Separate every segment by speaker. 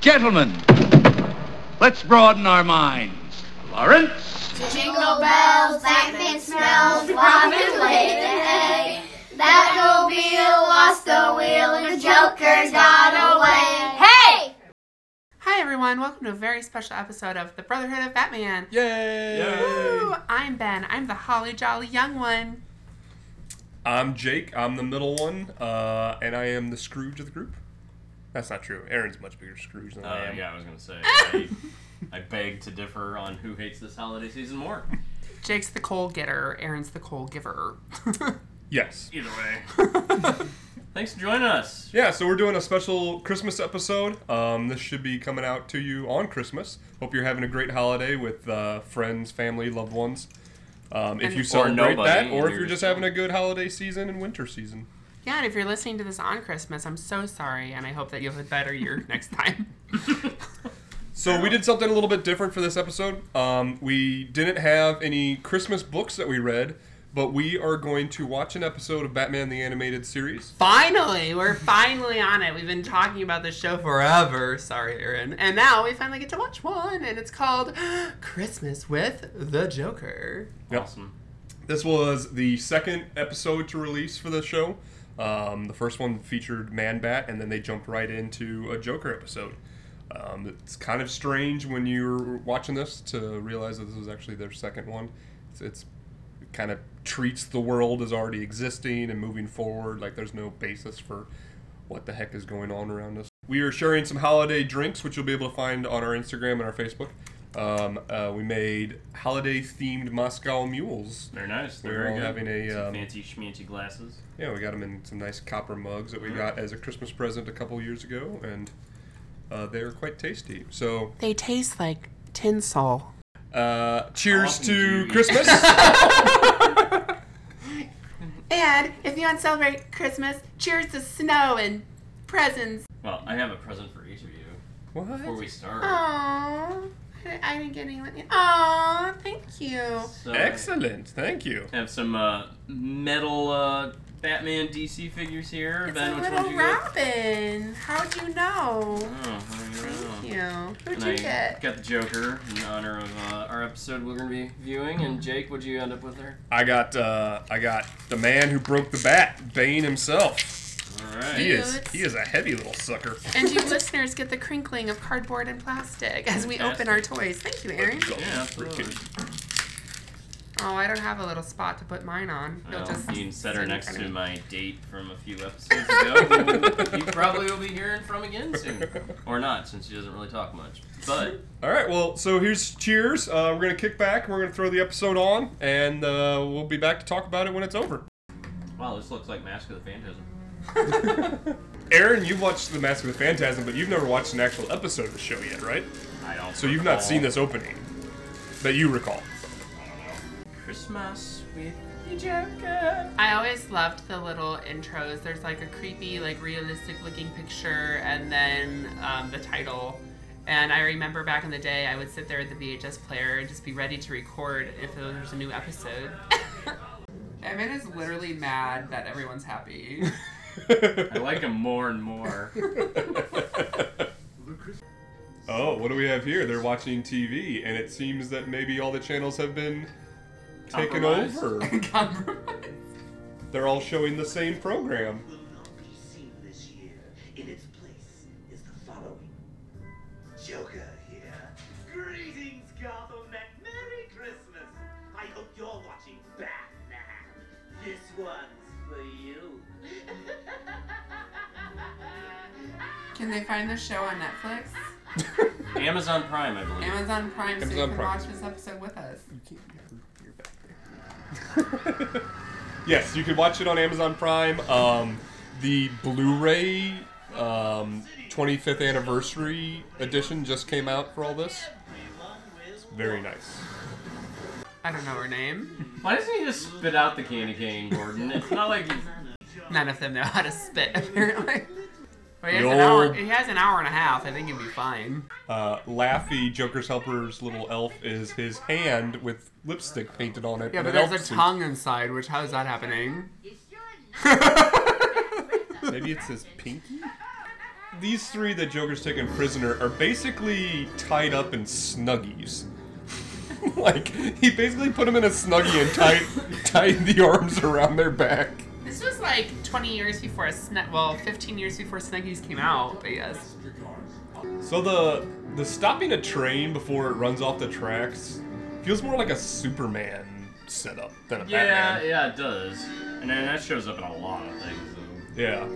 Speaker 1: Gentlemen, let's broaden our minds. Lawrence,
Speaker 2: Jingle bells, blackpink smells, robin laid an egg. That mobile lost the wheel and the Joker got away. Hey!
Speaker 3: Hi everyone, welcome to a very special episode of The Brotherhood of Batman.
Speaker 4: Yay!
Speaker 3: Woo! I'm Ben. I'm the holly jolly young one.
Speaker 4: I'm Jake. I'm the middle one, uh, and I am the Scrooge of the group. That's not true. Aaron's much bigger Scrooge than I
Speaker 5: Uh,
Speaker 4: am.
Speaker 5: yeah, I was gonna say. I, I beg to differ on who hates this holiday season more.
Speaker 3: Jake's the coal getter, Aaron's the coal giver.
Speaker 4: Yes.
Speaker 5: Either way. Thanks for joining us.
Speaker 4: Yeah. So we're doing a special Christmas episode. Um, this should be coming out to you on Christmas. Hope you're having a great holiday with uh, friends, family, loved ones. Um, if
Speaker 3: And-
Speaker 4: you
Speaker 3: Or
Speaker 4: celebrate
Speaker 5: nobody,
Speaker 4: that,
Speaker 5: and
Speaker 4: or if
Speaker 5: you're
Speaker 4: you're just
Speaker 5: just-
Speaker 4: having a good holiday season and winter season.
Speaker 3: yeah, and if you're listening to this on Christmas, I'm so sorry, and I hope that you'll have a better year next time.
Speaker 4: So we did something a little bit different for this episode. Um, we didn't have any Christmas books that we read, but we are going to watch an episode of Batman the Animated Series.
Speaker 3: Finally, we're finally on it. We've been talking about this show forever. Sorry, Aaron. And now we finally get to watch one, and it's called Christmas with the Joker.
Speaker 4: Yep.
Speaker 5: Awesome.
Speaker 4: This was the second episode to release for the show. Um, the first one featured Man Bat, and then they jumped right into a Joker episode. Um, it's kind of strange when you're watching this to realize that this was actually their second one. It's, it's it kind of treats the world as already existing and moving forward, like there's no basis for what the heck is going on around us. We are sharing some holiday drinks, which you'll be able to find on our Instagram and our Facebook. Um, uh, we made holiday themed Moscow mules.
Speaker 5: They're nice. They're
Speaker 4: We're
Speaker 5: very
Speaker 4: all
Speaker 5: good.
Speaker 4: having a,
Speaker 5: Some
Speaker 4: um,
Speaker 5: fancy schmancy glasses.
Speaker 4: Yeah, we got them in some nice copper mugs that we
Speaker 5: Mhm.
Speaker 4: got as a Christmas present a couple years ago, and uh, they are quite tasty. So,
Speaker 3: They taste like tinsel.
Speaker 4: uh, cheers
Speaker 5: Awesome,
Speaker 4: to
Speaker 5: dude.
Speaker 4: Christmas!
Speaker 3: And if you want to celebrate Christmas, cheers to snow and presents.
Speaker 5: Well, I have a present for each of you before
Speaker 4: what?
Speaker 5: we start.
Speaker 4: Oh.
Speaker 3: Aww. I didn't get anyone. Aw, thank you.
Speaker 5: So,
Speaker 4: Excellent, thank you.
Speaker 5: I have some uh, metal uh, Batman DC figures here.
Speaker 3: It's
Speaker 5: ben,
Speaker 3: a
Speaker 5: which one
Speaker 3: little
Speaker 5: you get?
Speaker 3: robin. How'd you know?
Speaker 5: Oh, I
Speaker 3: Thank
Speaker 5: don't know.
Speaker 3: you. Who'd
Speaker 5: And
Speaker 3: you
Speaker 5: I
Speaker 3: get?
Speaker 5: got the Joker in honor of uh, our episode we're gonna be viewing. And Jake, what'd you end up with there?
Speaker 4: I got, uh, I got the man who broke the bat, Bane himself.
Speaker 5: All right.
Speaker 4: He is,
Speaker 3: Cute.
Speaker 4: he is a heavy little sucker.
Speaker 3: And you listeners get the crinkling of cardboard and plastic as we open our toys. Thank you, Aaron.
Speaker 4: So
Speaker 5: Yeah, absolutely.
Speaker 4: freaking-
Speaker 3: Oh, I don't have a little spot to put mine on. You'll
Speaker 5: Well,
Speaker 3: just
Speaker 5: Um, you can set
Speaker 3: sit
Speaker 5: her
Speaker 3: in
Speaker 5: next
Speaker 3: front of
Speaker 5: to
Speaker 3: me.
Speaker 5: my date from a few episodes ago. who you probably will be hearing from again soon, or not, since she doesn't really talk much. But
Speaker 4: All right, well, so here's cheers. Uh, we're gonna kick back. We're gonna throw the episode on, and uh, we'll be back to talk about it when it's over.
Speaker 5: wow, this looks like Mask of the Phantasm.
Speaker 4: Aaron, you've watched The Mask of the Phantasm, but you've never watched an actual episode of the show yet, right?
Speaker 5: I don't.
Speaker 4: So you've not
Speaker 5: recall.
Speaker 4: seen this opening that you recall.
Speaker 5: Christmas with the Joker.
Speaker 3: I always loved the little intros. There's like a creepy, like realistic looking picture, and then um, the title. And I remember back in the day, I would sit there at the VHS player and just be ready to record if there was a new episode. Evan is literally mad that everyone's happy.
Speaker 5: I like him more and more.
Speaker 4: oh, what do we have here? They're watching TV, and it seems that maybe all the channels have been taken
Speaker 5: Compromised.
Speaker 4: over. They're all showing the same program.
Speaker 6: will not be seen this year. In its place is the following Joker here. Greetings, Gotham, and Merry Christmas! I hope you're watching Batman. This one's for you.
Speaker 3: Can they find this show on Netflix?
Speaker 5: Amazon Prime, I believe.
Speaker 3: Amazon Prime, so you
Speaker 4: Amazon
Speaker 3: can
Speaker 4: Prime.
Speaker 3: watch this episode with us.
Speaker 4: yes, you can watch it on Amazon Prime. Um, the Blu-ray um, 25th anniversary edition just came out for all this. It's very nice.
Speaker 3: I don't know her name.
Speaker 5: Why doesn't he just spit out the candy cane, Gordon? It's not like he's
Speaker 3: None of them know how to spit, apparently. But he has,
Speaker 4: The
Speaker 3: an hour,
Speaker 4: old-
Speaker 3: he has an hour and a half. I think he'll be fine.
Speaker 4: Uh, Laffy, Joker's helper's little elf, is his hand with lipstick painted on it.
Speaker 3: Yeah,
Speaker 4: and
Speaker 3: but
Speaker 4: an
Speaker 3: there's a
Speaker 4: elf suit.
Speaker 3: tongue inside, which how's that happening?
Speaker 4: Maybe it's his pinky. these three that Joker's taken prisoner are basically tied up in snuggies. like he basically put them in a snuggie and tied tied the arms around their back.
Speaker 3: This was like 20 years before a sne- well, 15 years before Snuggies came out, but yes.
Speaker 4: So the the stopping a train before it runs off the tracks feels more like a Superman setup than a
Speaker 5: Yeah,
Speaker 4: Batman.
Speaker 5: yeah, it does. And then that shows up in a lot of things. Though.
Speaker 4: Yeah.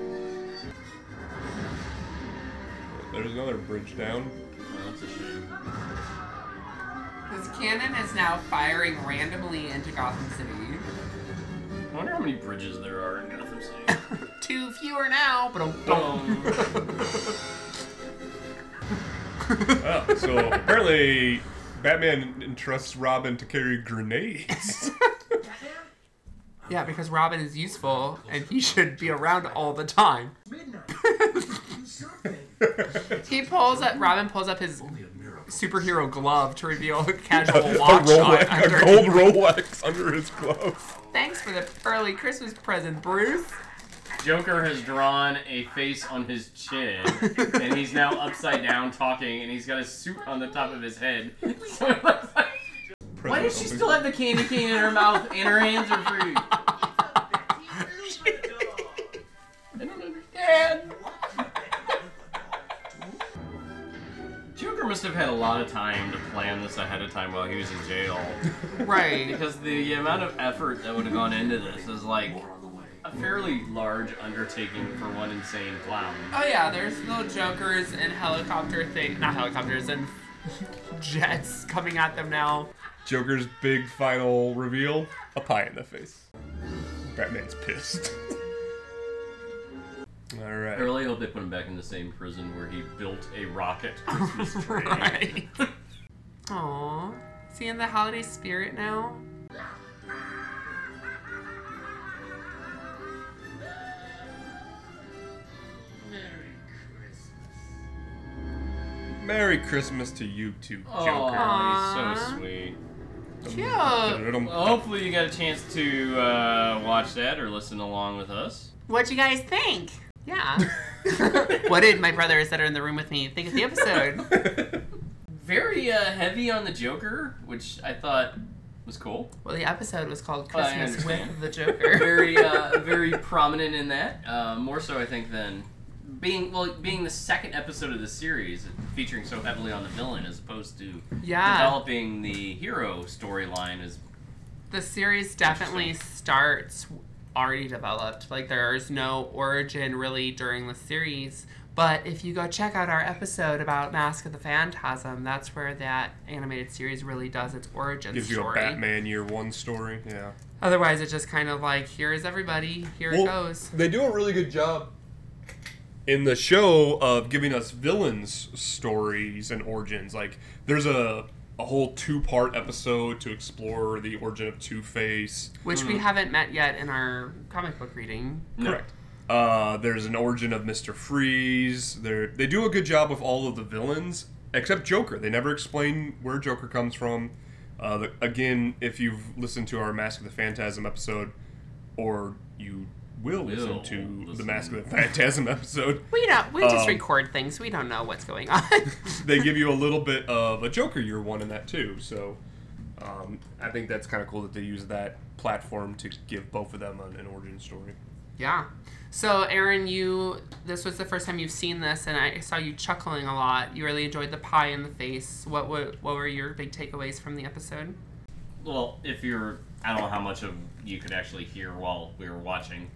Speaker 4: There's another bridge down.
Speaker 5: Well, that's a shame.
Speaker 3: This cannon is now firing randomly into Gotham City.
Speaker 5: I wonder how many bridges there are in Gotham City. Um,
Speaker 3: Two fewer now, but
Speaker 5: Boom.
Speaker 4: Oh, so apparently Batman entrusts Robin to carry grenades.
Speaker 3: yeah, because Robin is useful and he should be around all the time. He pulls up. Robin pulls up his superhero glove to reveal a casual watch
Speaker 4: a,
Speaker 3: on
Speaker 4: Rolex,
Speaker 3: under.
Speaker 4: a gold Rolex under his glove.
Speaker 3: Thanks for the early Christmas present, Bruce.
Speaker 5: Joker has drawn a face on his chin, and he's now upside down talking, and he's got a suit on the top of his head. So it looks like- Why does she still have the candy cane in her mouth and her hands are free? I don't understand. Joker must have had a lot of time to plan this ahead of time while he was in jail.
Speaker 3: Right.
Speaker 5: Because the amount of effort that would have gone into this is like a fairly large undertaking for one insane clown.
Speaker 3: Oh yeah, there's little jokers and helicopter thing, not helicopters and jets coming at them now.
Speaker 4: Joker's big final reveal: a pie in the face. Batman's pissed. All
Speaker 5: I
Speaker 4: right.
Speaker 5: really hope they put him back in the same prison where he built a rocket.
Speaker 3: right. Aww. Is he in the holiday spirit now?
Speaker 4: Merry Christmas to you too, Joker.
Speaker 5: Oh, he's
Speaker 3: Aw.
Speaker 5: so sweet.
Speaker 3: Cute. Oh,
Speaker 5: Well, hopefully you got a chance to uh, watch that or listen along with us.
Speaker 3: What you guys think? Yeah. what did my brothers that are in the room with me think of the episode?
Speaker 5: Very uh, heavy on the Joker, which I thought was cool.
Speaker 3: Well, the episode was called
Speaker 5: Oh, I
Speaker 3: Christmas with
Speaker 5: understand.
Speaker 3: the Joker.
Speaker 5: Very, uh, very prominent in that. Uh, more so, I think, than being well, being the second episode of the series, featuring so heavily on the villain as opposed to
Speaker 3: yeah.
Speaker 5: developing the hero storyline is
Speaker 3: The series definitely starts already developed. Like there's no origin really during the series. But if you go check out our episode about Mask of the Phantasm, that's where that animated series really does its origin
Speaker 4: Gives you a
Speaker 3: story.
Speaker 4: Batman Year One story. Yeah.
Speaker 3: Otherwise, it's just kind of like here is everybody, here it goes.
Speaker 4: They do a really good job in the show of giving us villains stories and origins. Like there's a a whole two part episode to explore the origin of Two Face.
Speaker 3: Which we haven't met yet in our comic book reading.
Speaker 4: Correct. Uh, there's an origin of Mister Freeze. They they do a good job with all of the villains except Joker. They never explain where Joker comes from. Uh, the, again, if you've listened to our Mask of the Phantasm episode, or you will listen
Speaker 5: Will
Speaker 4: to the
Speaker 5: listen.
Speaker 4: Mask of the Phantasm episode,
Speaker 3: We don't. We just
Speaker 4: Um,
Speaker 3: record things. We don't know what's going on.
Speaker 4: they give you a little bit of a Joker year one in that too. So um, I think that's kind of cool that they use that platform to give both of them an, an origin story.
Speaker 3: yeah. So, Aaron, you. This was the first time you've seen this, and I saw you chuckling a lot. You really enjoyed the pie in the face. What were, What were your big takeaways from the episode?
Speaker 5: well, if you're, I don't know how much of you could actually hear while we were watching,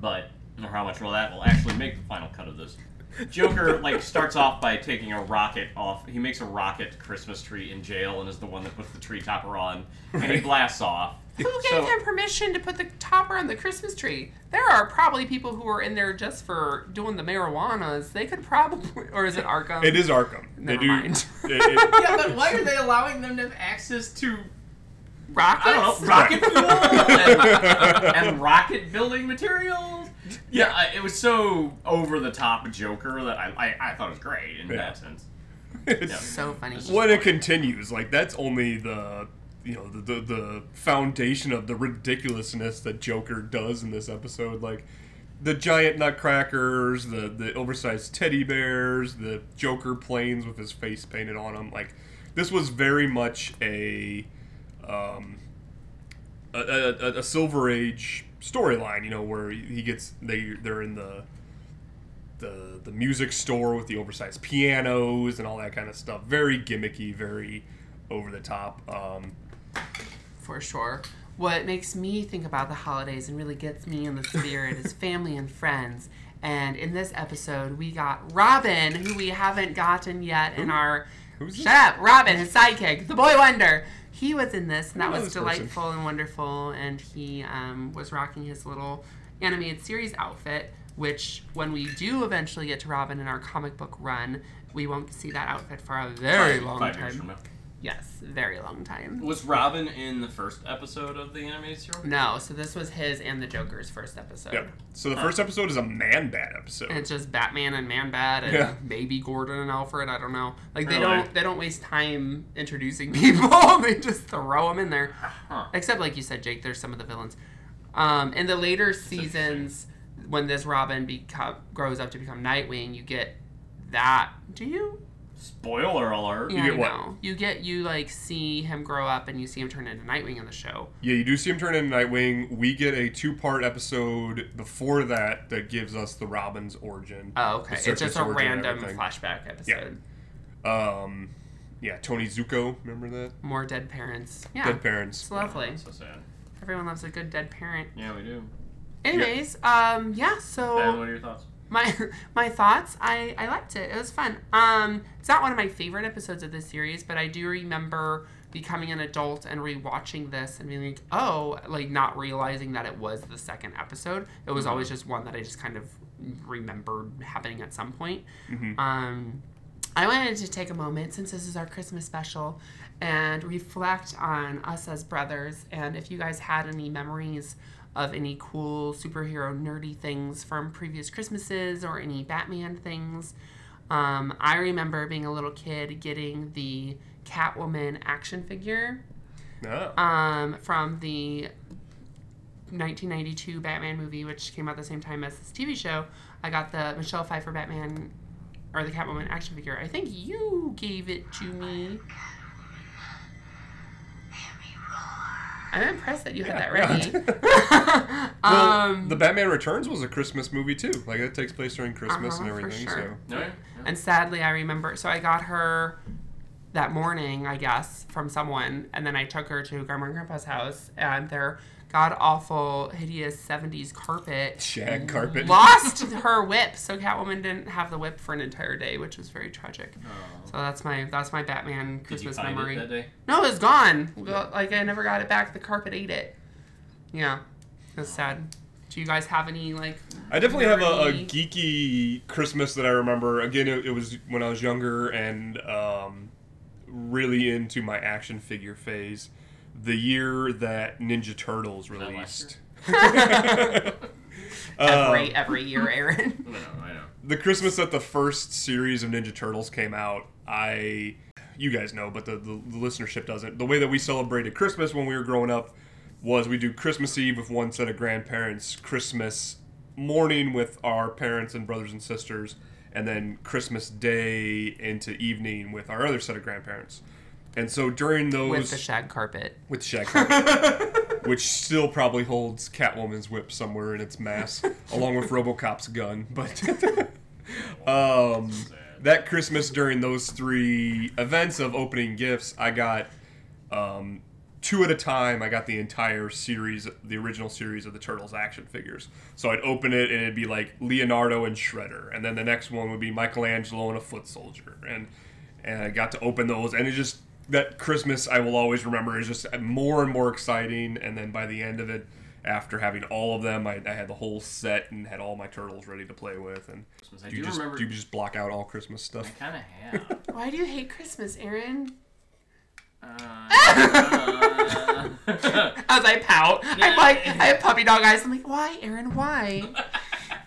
Speaker 5: but or how much will that will actually make the final cut of this. Joker like starts off by taking a rocket off. He makes a rocket Christmas tree in jail and is the one that puts the tree topper on, and he
Speaker 4: Right.
Speaker 5: blasts off.
Speaker 3: Who gave
Speaker 5: So-
Speaker 3: him permission to put the topper on the Christmas tree? There are probably people who are in there just for doing the marijuanas. They could probably, or is it Arkham?
Speaker 4: It is Arkham. they
Speaker 3: Never
Speaker 4: do.
Speaker 3: mind.
Speaker 4: it- it-
Speaker 5: Yeah, but why are they allowing them to have access to
Speaker 3: Rockets.
Speaker 5: I don't know rocket fuel and, and rocket building materials? Yeah, I, it was so over the top Joker that I, I, I thought it was great in
Speaker 4: Yeah.
Speaker 5: that sense.
Speaker 4: it's-
Speaker 3: So funny.
Speaker 4: when it continues, like that's only the you know the, the the foundation of the ridiculousness that Joker does in this episode. Like the giant nutcrackers, the the oversized teddy bears, the Joker planes with his face painted on them. Like this was very much a um, a, a, a- a Silver Age storyline. You know where he gets they they're in the the the music store with the oversized pianos and all that kind of stuff. Very gimmicky, very over the top. Um,
Speaker 3: for sure. What makes me think about the holidays and really gets me in the spirit is family and friends. And in this episode, we got Robin, who we haven't gotten yet in our.
Speaker 4: Who's
Speaker 3: Shut
Speaker 4: this?
Speaker 3: up, Robin, his sidekick, the boy wonder. He was in this, and
Speaker 4: I
Speaker 3: that
Speaker 4: know
Speaker 3: was
Speaker 4: this person.
Speaker 3: delightful and wonderful. And he um, was rocking his little animated series outfit, which when we do eventually get to Robin in our comic book run, we won't see that outfit for a very long
Speaker 5: Five years from
Speaker 3: time.
Speaker 5: now.
Speaker 3: Yes, very long time.
Speaker 5: Was Robin in the first episode of the animated serial?
Speaker 3: No, so this was his and the Joker's first episode.
Speaker 4: yeah. So the first episode is a man bat episode.
Speaker 3: And it's just Batman and Man Bat and
Speaker 4: Yeah.
Speaker 3: Baby Gordon and Alfred. I don't know. Like they
Speaker 5: Really?
Speaker 3: don't they don't waste time introducing people. they just throw them in there.
Speaker 5: Huh.
Speaker 3: Except like you said, Jake, there's some of the villains. Um, in the later seasons, when this Robin become grows up to become Nightwing, you get that. Do you?
Speaker 5: Spoiler alert.
Speaker 3: Yeah,
Speaker 4: get
Speaker 3: I
Speaker 4: what?
Speaker 3: know. You get you like see him grow up and you see him turn into Nightwing in the show.
Speaker 4: Yeah, you do see him turn into Nightwing. We get a two-part episode before that that gives us the Robin's origin.
Speaker 3: Oh, okay.
Speaker 4: The
Speaker 3: It's just
Speaker 4: circus
Speaker 3: a
Speaker 4: origin and
Speaker 3: random
Speaker 4: everything.
Speaker 3: flashback episode.
Speaker 4: Um, yeah, Tony Zuko, remember that?
Speaker 3: More dead parents. Yeah.
Speaker 4: Dead parents.
Speaker 3: It's lovely.
Speaker 5: So sad.
Speaker 3: Everyone loves a good dead parent.
Speaker 5: Yeah, we do.
Speaker 3: Anyways, um, yeah.
Speaker 5: Ben, what
Speaker 3: So
Speaker 5: are your thoughts?
Speaker 3: my my thoughts. I I liked it. It was fun. Um, it's not one of my favorite episodes of this series, but I do remember becoming an adult and rewatching this and being like, oh, like not realizing that it was the second episode. It was always just one that I just kind of remembered happening at some point. Um, I wanted to take a moment since this is our Christmas special and reflect on us as brothers and if you guys had any memories of any cool superhero nerdy things from previous Christmases or any Batman things. Um, I remember being a little kid getting the Catwoman action figure
Speaker 4: Ah,
Speaker 3: um, from the 1992 Batman movie, which came out the same time as this TV show. I got the Michelle Pfeiffer Batman or the Catwoman action figure. I think you gave it to me. I'm impressed that you had
Speaker 4: Yeah,
Speaker 3: that ready.
Speaker 4: well,
Speaker 3: um,
Speaker 4: the Batman Returns was a Christmas movie too. Like it takes place during Christmas
Speaker 3: Uh-huh,
Speaker 4: and
Speaker 3: for
Speaker 4: everything.
Speaker 3: sure.
Speaker 5: No. yeah, yeah.
Speaker 3: And sadly, I remember. So I got her that morning, I guess, from someone, and then I took her to Grandma and Grandpa's house, and their god awful, hideous '70s
Speaker 4: So
Speaker 3: carpet
Speaker 4: shag carpet.
Speaker 3: lost her whip. So Catwoman didn't have the whip for an entire day, which was very tragic. So that's my that's my Batman
Speaker 5: Did you
Speaker 3: Christmas
Speaker 5: find
Speaker 3: memory.
Speaker 5: it that day? Oh,
Speaker 3: No, it's gone. Well, Like I never got it back. The carpet ate it. Yeah, that's sad. Do you guys have any like?
Speaker 4: I definitely have a, a
Speaker 3: nerdy-
Speaker 4: geeky Christmas that I remember. Again, it, it was when I was younger and um, really into my action figure phase. The year that Ninja Turtles
Speaker 5: that
Speaker 4: released.
Speaker 5: last
Speaker 3: every every year, Aaron.
Speaker 5: No, no, I know.
Speaker 4: the Christmas that the first series of Ninja Turtles came out, I you guys know, but the, the, the listenership doesn't. The way that we celebrated Christmas when we were growing up was we do Christmas Eve with one set of grandparents, Christmas morning with our parents and brothers and sisters, and then Christmas Day into evening with our other set of grandparents. And so during those
Speaker 3: with the shag carpet.
Speaker 4: with Shaq, which still probably holds Catwoman's whip somewhere in its mass, along with RoboCop's gun. But um, that Christmas during those three events of opening gifts, I got um, two at a time. I got the entire series, the original series of the Turtles action figures. So I'd open it and it'd be like Leonardo and Shredder, and then the next one would be Michelangelo and a foot soldier, and and I got to open those, and it just that Christmas I will always remember is just more and more exciting, and then by the end of it. After having all of them, I, I had the whole set and had all my turtles ready to play with. And
Speaker 5: I
Speaker 4: do you
Speaker 5: do
Speaker 4: just
Speaker 5: remember-
Speaker 4: do you just block out all Christmas
Speaker 5: I
Speaker 4: stuff?
Speaker 5: kind of have.
Speaker 3: Why do you hate Christmas, Aaron?
Speaker 5: Uh,
Speaker 3: As I pout, I'm like, I have puppy dog eyes. I'm like, why, Aaron? Why?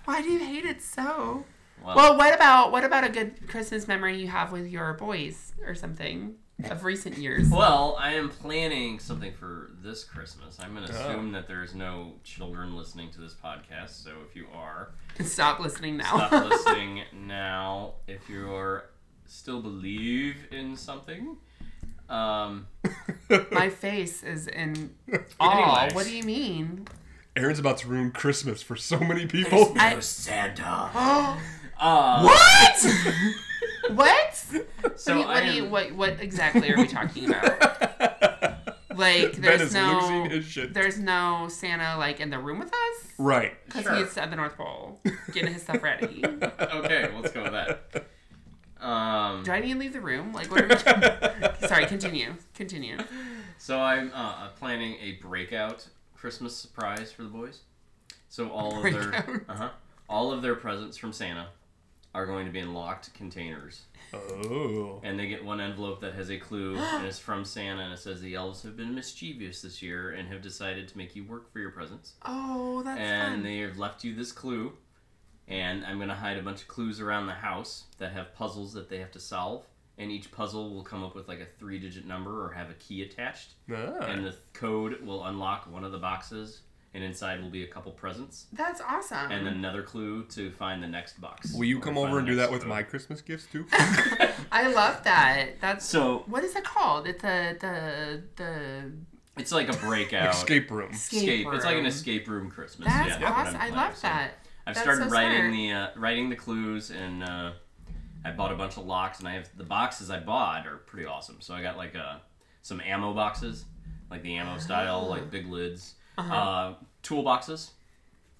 Speaker 3: Why do you hate it so?
Speaker 5: Well,
Speaker 3: Well, what about what about a good Christmas memory you have with your boys or something of recent years?
Speaker 5: well, I am planning something for this Christmas. I'm going to assume that there's no children listening to this podcast. So if you are,
Speaker 3: Stop listening now.
Speaker 5: stop listening now. If you are still believe in something, um,
Speaker 3: My face is in awe.
Speaker 5: Anyways.
Speaker 3: What do you mean?
Speaker 4: Aaron's about to ruin Christmas for so many people.
Speaker 3: I-
Speaker 5: Santa.
Speaker 3: what? what?
Speaker 5: uh, So
Speaker 3: what,
Speaker 5: I
Speaker 3: do you,
Speaker 5: am-
Speaker 3: what, what exactly are we talking about? Like,
Speaker 4: Ben
Speaker 3: there's
Speaker 4: is
Speaker 3: no,
Speaker 4: losing his shit.
Speaker 3: there's no Santa like in the room with us
Speaker 4: Right.
Speaker 3: because
Speaker 5: Sure.
Speaker 3: he's at the North Pole getting his stuff ready. Do
Speaker 5: Okay, let's go with that. Um,
Speaker 3: I need to leave the room? Like, what? Are we... Sorry, continue, continue.
Speaker 5: so I'm uh, planning a breakout Christmas surprise for the boys. So all of their
Speaker 3: Breakout.
Speaker 5: uh-huh, all of their presents from Santa are going to be in locked containers,
Speaker 4: Oh.
Speaker 5: and they get one envelope that has a clue and it's from Santa and it says the elves have been mischievous this year and have decided to make you work for your presents.
Speaker 3: Oh, that's
Speaker 5: and
Speaker 3: fun.
Speaker 5: they have left you this clue and i'm going to hide a bunch of clues around the house that have puzzles that they have to solve and each puzzle will come up with like a three digit number or have a key attached
Speaker 4: Ah.
Speaker 5: and the th- code will unlock one of the boxes and inside will be a couple presents
Speaker 3: That's awesome.
Speaker 5: and another clue to find the next box
Speaker 4: Will you
Speaker 5: or
Speaker 4: come
Speaker 5: find
Speaker 4: over
Speaker 5: the
Speaker 4: and do
Speaker 5: next
Speaker 4: that with
Speaker 5: code.
Speaker 4: my Christmas gifts too?
Speaker 3: I love that. That's
Speaker 5: so
Speaker 3: what is it called? It's a the the
Speaker 5: it's like a breakout
Speaker 4: Escape room.
Speaker 3: escape.
Speaker 5: escape. it's like an
Speaker 3: room.
Speaker 5: escape room christmas
Speaker 3: That's
Speaker 5: yeah, what
Speaker 3: awesome.
Speaker 5: I'm
Speaker 3: I
Speaker 5: planning.
Speaker 3: love
Speaker 5: So-
Speaker 3: that.
Speaker 5: I've
Speaker 3: That's so
Speaker 5: started writing
Speaker 3: smart.
Speaker 5: the uh, writing the clues, and uh, I bought a bunch of locks, and I have the boxes I bought are pretty awesome. So I got like uh, some ammo boxes, like the ammo style,
Speaker 3: Ah.
Speaker 5: like big lids,
Speaker 3: Uh-huh.
Speaker 5: uh, tool boxes,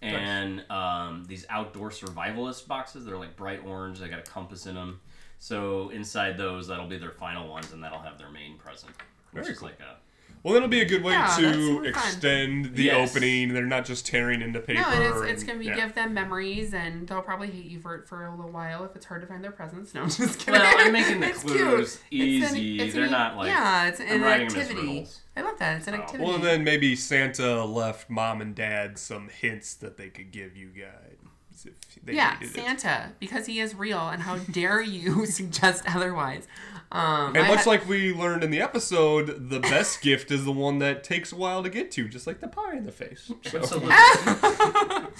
Speaker 5: and um, these outdoor survivalist boxes. They're like bright orange. They got a compass in them. So inside those, that'll be their final ones, and that'll have their main present, which
Speaker 4: Very
Speaker 5: is
Speaker 4: cool.
Speaker 5: like a
Speaker 4: Well, that'll be a good way
Speaker 3: Yeah, that's
Speaker 4: to
Speaker 3: super fun.
Speaker 4: extend the
Speaker 5: Yes.
Speaker 4: opening. They're not just tearing into paper.
Speaker 3: No, and it's, it's
Speaker 4: and-
Speaker 3: gonna be
Speaker 4: yeah.
Speaker 3: give them memories, and they'll probably hate you for it for a little while if it's hard to find their presents. No, I'm just kidding.
Speaker 5: Well, I'm making the
Speaker 3: It's
Speaker 5: clues
Speaker 3: It's an-
Speaker 5: easy.
Speaker 3: it's
Speaker 5: They're
Speaker 3: an-
Speaker 5: not, like-
Speaker 3: yeah, it's
Speaker 5: I'm
Speaker 3: an
Speaker 5: writing them as
Speaker 3: activity.
Speaker 5: riddles.
Speaker 3: I love that. It's an
Speaker 5: Oh.
Speaker 3: activity.
Speaker 4: Well, and then maybe Santa left mom and dad some hints that they could give you guys if they
Speaker 3: yeah,
Speaker 4: needed it.
Speaker 3: Santa, because he is real, and how dare you suggest otherwise? Um,
Speaker 4: And
Speaker 3: I
Speaker 4: much
Speaker 3: ha-
Speaker 4: like we learned in the episode, the best gift is the one that takes a while to get to, just like the pie in the face. So,
Speaker 5: absolutely.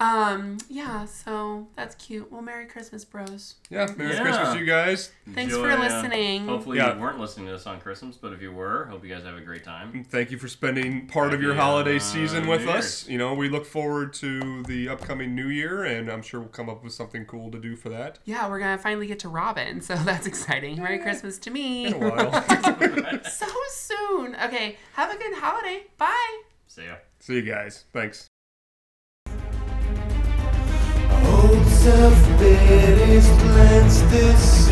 Speaker 3: um, yeah, so that's cute. Well, Merry Christmas, bros.
Speaker 4: yeah, Merry
Speaker 5: Yeah.
Speaker 4: Christmas, you guys.
Speaker 3: Thanks
Speaker 5: Enjoy,
Speaker 3: for
Speaker 5: uh,
Speaker 3: listening.
Speaker 5: hopefully
Speaker 4: Yeah.
Speaker 5: you weren't listening to this on Christmas, but if you were, hope you guys have a great time.
Speaker 4: And Thank you for spending part of
Speaker 5: Happy,
Speaker 4: your holiday
Speaker 5: uh,
Speaker 4: season with
Speaker 5: New
Speaker 4: us. You know, we look forward to the upcoming new year, and I'm sure we'll come up with something cool to do for that
Speaker 3: yeah, we're gonna finally get to Robin, so that's exciting. Merry Christmas to me.
Speaker 4: in a while.
Speaker 3: so soon. Okay, have a good holiday. Bye.
Speaker 5: See ya.
Speaker 4: See you guys. Thanks.
Speaker 7: Hopes of bitters plants this